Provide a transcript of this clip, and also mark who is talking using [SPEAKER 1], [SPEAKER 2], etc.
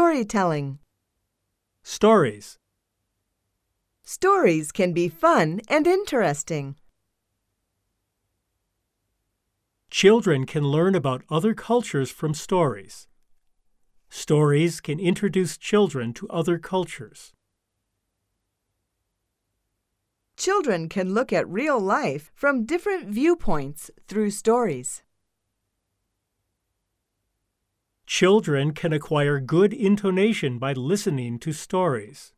[SPEAKER 1] Storytelling.
[SPEAKER 2] Stories.
[SPEAKER 1] Stories can be fun and interesting.
[SPEAKER 2] Children can learn about other cultures from stories. Stories can introduce children to other cultures.
[SPEAKER 1] Children can look at real life from different viewpoints through stories.
[SPEAKER 2] Children can acquire good intonation by listening to stories.